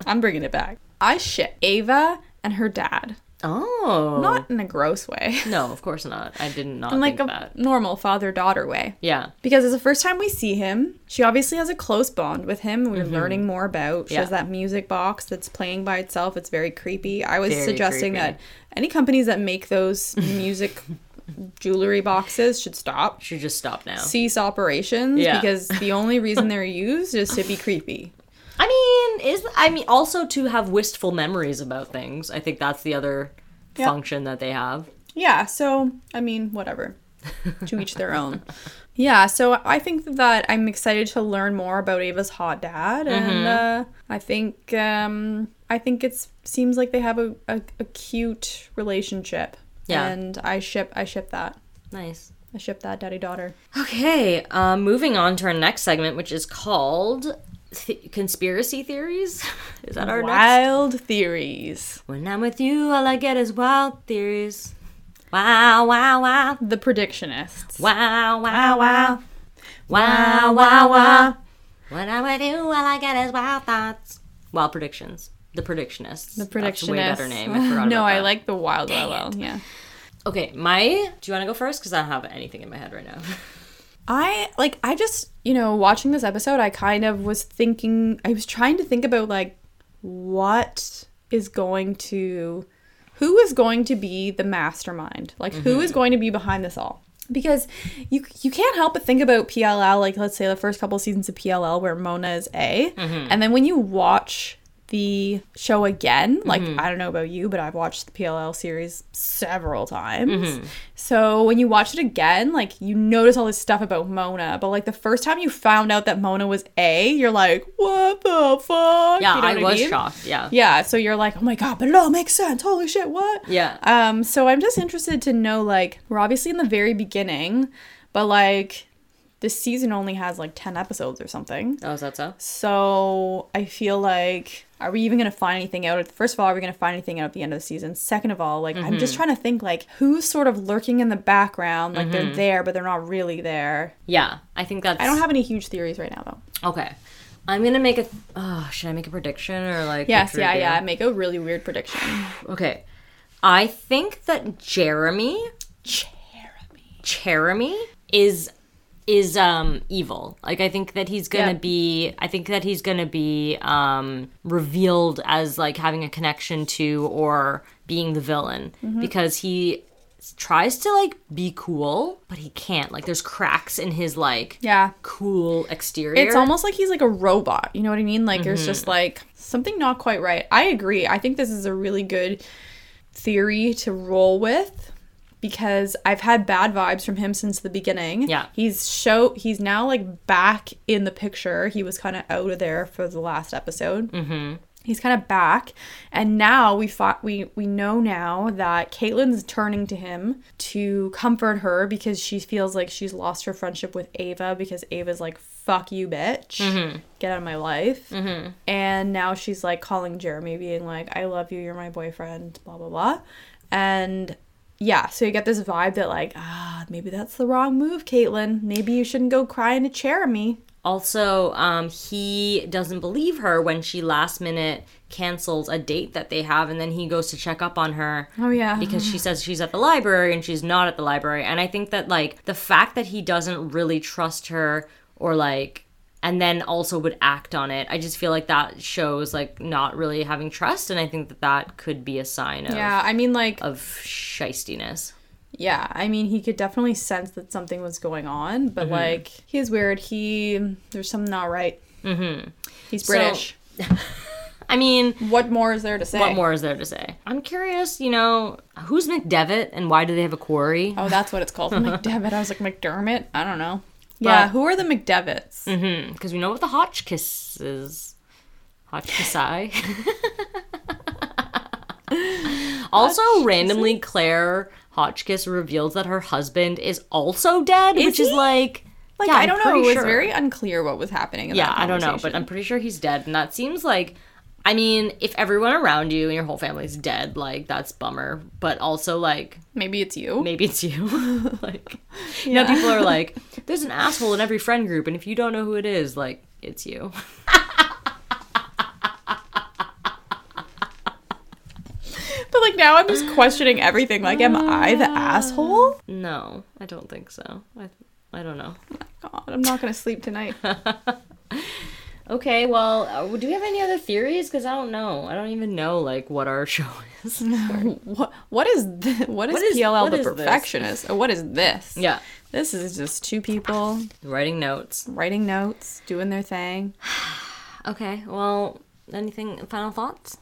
[SPEAKER 1] I'm bringing it back. I ship Ava and her dad.
[SPEAKER 2] Oh.
[SPEAKER 1] Not in a gross way.
[SPEAKER 2] No, of course not. I did not
[SPEAKER 1] In like
[SPEAKER 2] think
[SPEAKER 1] a
[SPEAKER 2] that.
[SPEAKER 1] normal father daughter way.
[SPEAKER 2] Yeah.
[SPEAKER 1] Because it's the first time we see him. She obviously has a close bond with him. We're learning more about. She
[SPEAKER 2] Mm-hmm. Yeah.
[SPEAKER 1] has that music box that's playing by itself. It's very creepy. I was
[SPEAKER 2] Very
[SPEAKER 1] suggesting
[SPEAKER 2] creepy.
[SPEAKER 1] that any companies that make those music jewelry boxes should stop.
[SPEAKER 2] Should just stop now.
[SPEAKER 1] Cease operations
[SPEAKER 2] Yeah.
[SPEAKER 1] because the only reason they're used is to be creepy.
[SPEAKER 2] I mean, is I mean also to have wistful memories about things. I think that's the other
[SPEAKER 1] Yeah.
[SPEAKER 2] function that they have.
[SPEAKER 1] Yeah, so I mean, whatever. to each their own. Yeah, so I think that I'm excited to learn more about Ava's hot dad,
[SPEAKER 2] Mm-hmm.
[SPEAKER 1] and uh, I think um, I think it's seems like they have a, a, a cute relationship.
[SPEAKER 2] Yeah.
[SPEAKER 1] and I ship I ship that
[SPEAKER 2] Nice.
[SPEAKER 1] I ship that daddy daughter.
[SPEAKER 2] Okay, uh, moving on to our next segment, which is called th- conspiracy theories. Is that our next?
[SPEAKER 1] Wild theories,
[SPEAKER 2] When I'm with you, all I get is wild theories. Wow, wow, wow,
[SPEAKER 1] the predictionists.
[SPEAKER 2] wow, wow, wow, wow, wow, wow. When I'm with you, all I get is wild thoughts. Wild predictions. The predictionists.
[SPEAKER 1] The
[SPEAKER 2] That's
[SPEAKER 1] predictionists.
[SPEAKER 2] a way better name. I forgot
[SPEAKER 1] no,
[SPEAKER 2] about
[SPEAKER 1] I
[SPEAKER 2] that.
[SPEAKER 1] like the wild, wild, wild. Yeah.
[SPEAKER 2] Okay, my. Do you want to go first? Because I don't have anything in my head right now.
[SPEAKER 1] I like I just, you know, watching this episode, I kind of was thinking I was trying to think about like what is going to who is going to be the mastermind? Like
[SPEAKER 2] Mm-hmm.
[SPEAKER 1] who is going to be behind this all? Because you you can't help but think about PLL like let's say the first couple seasons of PLL where Mona is A,
[SPEAKER 2] Mm-hmm.
[SPEAKER 1] and then when you watch the show again. Like,
[SPEAKER 2] Mm-hmm.
[SPEAKER 1] I don't know about you, but I've watched the PLL series several times.
[SPEAKER 2] Mm-hmm.
[SPEAKER 1] So when you watch it again, like, you notice all this stuff about Mona. But, like, the first time you found out that Mona was A, you're like, what the fuck?
[SPEAKER 2] Yeah,
[SPEAKER 1] You know
[SPEAKER 2] I
[SPEAKER 1] what
[SPEAKER 2] was
[SPEAKER 1] mean?
[SPEAKER 2] shocked. Yeah.
[SPEAKER 1] Yeah, so you're like, oh my god, but it all makes sense. Holy shit, what?
[SPEAKER 2] Yeah.
[SPEAKER 1] Um, so I'm just interested to know, like, we're obviously in the very beginning, but like, this season only has like ten episodes or something.
[SPEAKER 2] Oh, is that so?
[SPEAKER 1] So I feel like, are we even going to find anything out? First of all, are we going to find anything out at the end of the season? Second of all, like I'm just trying to think like who's sort of lurking in the background, like they're there but they're not really there.
[SPEAKER 2] Yeah, I think that's.
[SPEAKER 1] I don't have any huge theories right now though.
[SPEAKER 2] Okay. I'm gonna make a. Oh, should I make a prediction or like? what
[SPEAKER 1] Yes,
[SPEAKER 2] should
[SPEAKER 1] yeah,
[SPEAKER 2] I do?
[SPEAKER 1] yeah. I make a really weird prediction.
[SPEAKER 2] Okay. I think that Jeremy Jeremy is is um evil. Like I think that he's going to
[SPEAKER 1] Yeah.
[SPEAKER 2] be I think that he's going to be um revealed as like having a connection to or being the villain
[SPEAKER 1] Mm-hmm.
[SPEAKER 2] because he s- tries to like be cool, but he can't. Like there's cracks in his like
[SPEAKER 1] Yeah.
[SPEAKER 2] cool exterior.
[SPEAKER 1] It's almost like he's like a robot. You know what I mean? Like there's just like something not quite right. I agree. I think this is a really good theory to roll with because I've had bad vibes from him since the beginning.
[SPEAKER 2] Yeah.
[SPEAKER 1] He's show he's now like back in the picture. He was kind of out of there for the last episode. Mm-hmm. He's kind of back, and now we fought. We we know now that Caitlin's turning to him to comfort her because she feels like she's lost her friendship with Ava because Ava's like "fuck you, bitch, get out of my life," and now she's like calling Jeremy, being like, "I love you, you're my boyfriend," blah blah blah, and yeah, so you get this vibe that like, ah, maybe that's the wrong move, Caitlin. Maybe you shouldn't go crying to Jeremy.
[SPEAKER 2] Also, um, he doesn't believe her when she last minute cancels a date that they have, and then he goes to check up on her.
[SPEAKER 1] Oh, yeah.
[SPEAKER 2] because she says she's at the library and she's not at the library. And I think that like the fact that he doesn't really trust her or like, and then also would act on it, I just feel like that shows like not really having trust, and I think that that could be a sign of
[SPEAKER 1] Yeah, I mean like
[SPEAKER 2] of shystiness.
[SPEAKER 1] Yeah, I mean, he could definitely sense that something was going on, but
[SPEAKER 2] Mm-hmm.
[SPEAKER 1] like, he is weird. He, there's something not right. Mm-hmm. He's
[SPEAKER 2] So-
[SPEAKER 1] British.
[SPEAKER 2] I mean,
[SPEAKER 1] what more is there to say?
[SPEAKER 2] what more is there to say? I'm curious, you know, who's McDevitt and why do they have a quarry?
[SPEAKER 1] Oh, that's what it's called. McDevitt. I was like, McDermott? I don't know. Yeah,
[SPEAKER 2] But-
[SPEAKER 1] who are the McDevitts?
[SPEAKER 2] Mm, Because we know what the Hotchkiss is. Hotchkissai. also, randomly, Claire Hotchkiss reveals that her husband is also dead, which is
[SPEAKER 1] he?
[SPEAKER 2] like.
[SPEAKER 1] Like,
[SPEAKER 2] yeah,
[SPEAKER 1] I
[SPEAKER 2] I'm
[SPEAKER 1] don't know. It
[SPEAKER 2] pretty
[SPEAKER 1] was
[SPEAKER 2] sure.
[SPEAKER 1] very unclear what was happening. In
[SPEAKER 2] Yeah,
[SPEAKER 1] that
[SPEAKER 2] I don't know, but I'm
[SPEAKER 1] conversation.
[SPEAKER 2] pretty sure he's dead, and that seems like. I mean, if everyone around you and your whole family's dead, like that's bummer. But also, like
[SPEAKER 1] maybe it's you.
[SPEAKER 2] maybe it's you. like, you know, people are like, "There's an asshole in every friend group," and if you don't know who it is, like, it's you.
[SPEAKER 1] But like now, I'm just
[SPEAKER 2] Uh,
[SPEAKER 1] questioning everything. Like, am I the asshole?
[SPEAKER 2] No, I don't think so. I, I don't know.
[SPEAKER 1] God, I'm not gonna sleep tonight.
[SPEAKER 2] Okay, well, uh, do we have any other theories? Because I don't know. I don't even know like what our show is.
[SPEAKER 1] what What is th- what is,
[SPEAKER 2] What is-
[SPEAKER 1] PLL
[SPEAKER 2] what
[SPEAKER 1] the
[SPEAKER 2] is this?
[SPEAKER 1] perfectionist? Or what is this?
[SPEAKER 2] yeah,
[SPEAKER 1] This is just two people
[SPEAKER 2] writing notes.
[SPEAKER 1] writing notes, doing their thing.
[SPEAKER 2] Okay, well, anything final thoughts?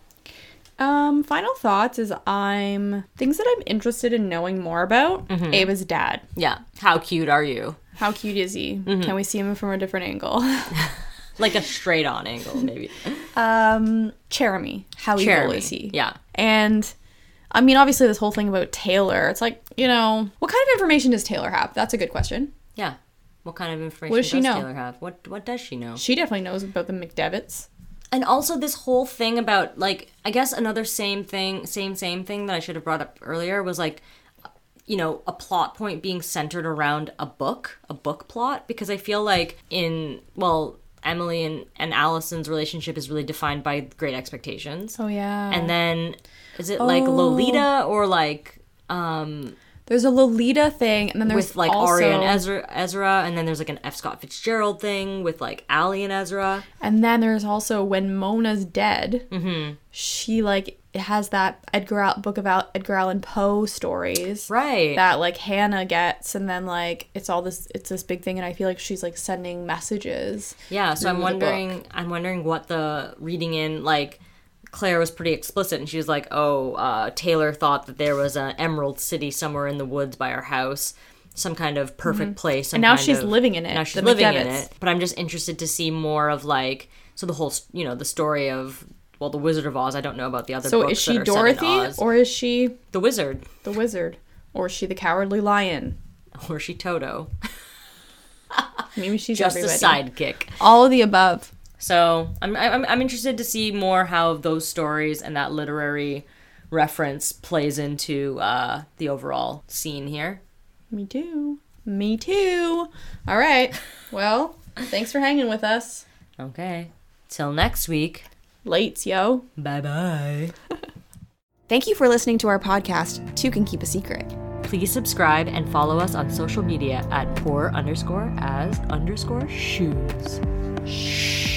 [SPEAKER 1] Um, final thoughts is I'm things that I'm interested in knowing more about.
[SPEAKER 2] Mm-hmm.
[SPEAKER 1] Ava's dad.
[SPEAKER 2] Yeah, how cute are you?
[SPEAKER 1] How cute is he?
[SPEAKER 2] Mm-hmm.
[SPEAKER 1] Can we see him from a different angle?
[SPEAKER 2] Like a straight on angle, maybe.
[SPEAKER 1] um, Jeremy. How evil
[SPEAKER 2] Jeremy,
[SPEAKER 1] is he?
[SPEAKER 2] Yeah,
[SPEAKER 1] And I mean, obviously, this whole thing about Taylor, it's like, you know, what kind of information does Taylor have? That's a good question.
[SPEAKER 2] yeah. What kind of information
[SPEAKER 1] does she
[SPEAKER 2] does
[SPEAKER 1] know?
[SPEAKER 2] Taylor have? What What does she know?
[SPEAKER 1] She definitely knows about the McDevitt's.
[SPEAKER 2] and also this whole thing about like i guess another same thing same same thing that i should have brought up earlier was like you know a plot point being centered around a book a book plot because i feel like in well emily and, and allison's relationship is really defined by great expectations
[SPEAKER 1] Oh, yeah.
[SPEAKER 2] and then is it like
[SPEAKER 1] Oh.
[SPEAKER 2] lolita or like um
[SPEAKER 1] there's a Lolita thing, and then there's
[SPEAKER 2] with like
[SPEAKER 1] also,
[SPEAKER 2] Ari and Ezra, Ezra, and then there's like an F. Scott Fitzgerald thing with like Allie and Ezra.
[SPEAKER 1] And then there's also when Mona's dead,
[SPEAKER 2] Mm-hmm.
[SPEAKER 1] she like has that Edgar Al- book about Edgar Allan Poe stories.
[SPEAKER 2] Right.
[SPEAKER 1] That like Hannah gets, and then like it's all this, it's this big thing, and I feel like she's like sending messages.
[SPEAKER 2] Yeah, so I'm
[SPEAKER 1] through the book.
[SPEAKER 2] wondering I'm wondering what the reading in like Claire was pretty explicit and she was like, "Oh, uh, Taylor thought that there was an emerald city somewhere in the woods by our house, some kind of perfect place."
[SPEAKER 1] Mm-hmm. And now she's living in it.
[SPEAKER 2] Now she's
[SPEAKER 1] the
[SPEAKER 2] living in
[SPEAKER 1] McDevitt's.
[SPEAKER 2] it. But I'm just interested to see more of like so the whole, s- you know, the story of well, the Wizard of Oz. I don't know about the other
[SPEAKER 1] So
[SPEAKER 2] books
[SPEAKER 1] is
[SPEAKER 2] that
[SPEAKER 1] she
[SPEAKER 2] are set in
[SPEAKER 1] Dorothy
[SPEAKER 2] Oz.
[SPEAKER 1] or is she
[SPEAKER 2] the Wizard
[SPEAKER 1] the wizard? Or is she the cowardly lion?
[SPEAKER 2] or is she Toto?
[SPEAKER 1] Maybe she's
[SPEAKER 2] Just
[SPEAKER 1] everybody.
[SPEAKER 2] a sidekick.
[SPEAKER 1] All of the above.
[SPEAKER 2] So I'm, I'm I'm interested to see more how those stories and that literary reference plays into uh, the overall scene here.
[SPEAKER 1] Me too. Me too. All right. Well, thanks for hanging with us.
[SPEAKER 2] Okay. Till next week.
[SPEAKER 1] Lates, yo.
[SPEAKER 2] Bye bye.
[SPEAKER 1] Thank you for listening to our podcast, Two Can Keep a Secret.
[SPEAKER 2] Please subscribe and follow us on social media at poor underscore as underscore shoes. Shh.